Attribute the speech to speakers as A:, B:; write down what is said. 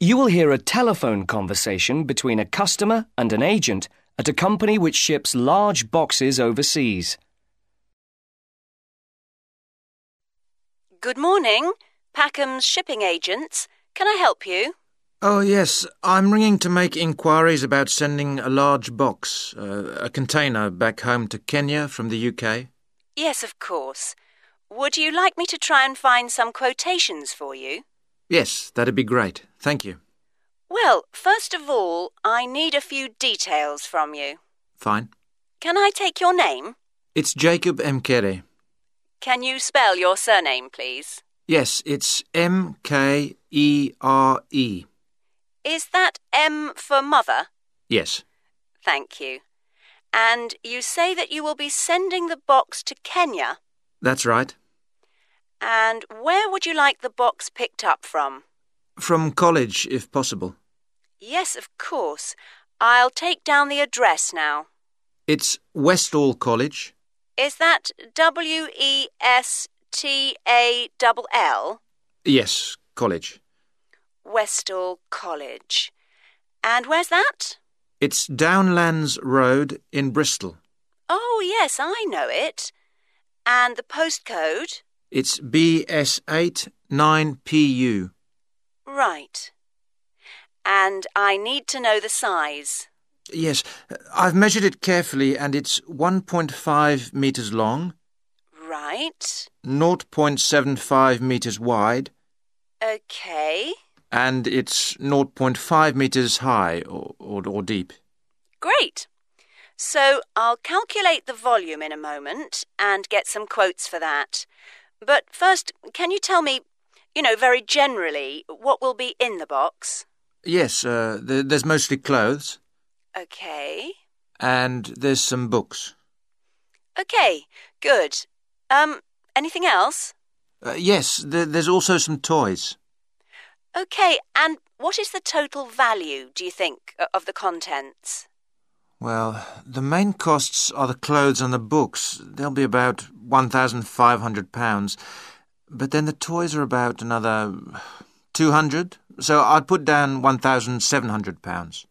A: You will hear a telephone conversation between a customer and an agent at a company which ships large boxes overseas.
B: Good morning, Packham's shipping agents. Can I help you?
C: Oh, yes. I'm ringing to make inquiries about sending a large box, uh, a container, back home to Kenya from the UK.
B: Yes, of course. Would you like me to try and find some quotations for you?
C: Yes, that'd be great. Thank you.
B: Well, first of all, I need a few details from you.
C: Fine.
B: Can I take your name?
C: It's Jacob Mkere.
B: Can you spell your surname, please?
C: Yes, it's M K E R E.
B: Is that M for mother?
C: Yes,
B: Thank you. And you say that you will be sending the box to Kenya.
C: that's right.
B: And where would you like the box picked up from?
C: From college, if possible.
B: Yes, of course. I'll take down the address now.
C: It's Westall College.
B: Is that W E S T A L L?
C: Yes, college.
B: Westall College. And where's that?
C: It's Downlands Road in Bristol.
B: Oh, yes, I know it. And the postcode?
C: It's BS8 9PU.
B: Right. And I need to know the size.
C: Yes, I've measured it carefully and it's 1.5 meters long,
B: Right.
C: 0.75 meters wide,
B: Okay.
C: and it's 0.5 meters high or, or, or deep.
B: Great. So I'll calculate the volume in a moment and get some quotes for that. But first, can you tell me, you know, very generally, what will be in the box?
C: Yes, uh, th- there's mostly clothes
B: Okay.
C: and there's some books.
B: Okay, good. Um, anything else?
C: Uh, yes, th- there's also some toys.
B: Okay, and what is the total value, do you think, o- of the contents?
C: Well, the main costs are the clothes and the books. They'll be about £1,500. But then the toys are about another 200 So I'd put down £1,700.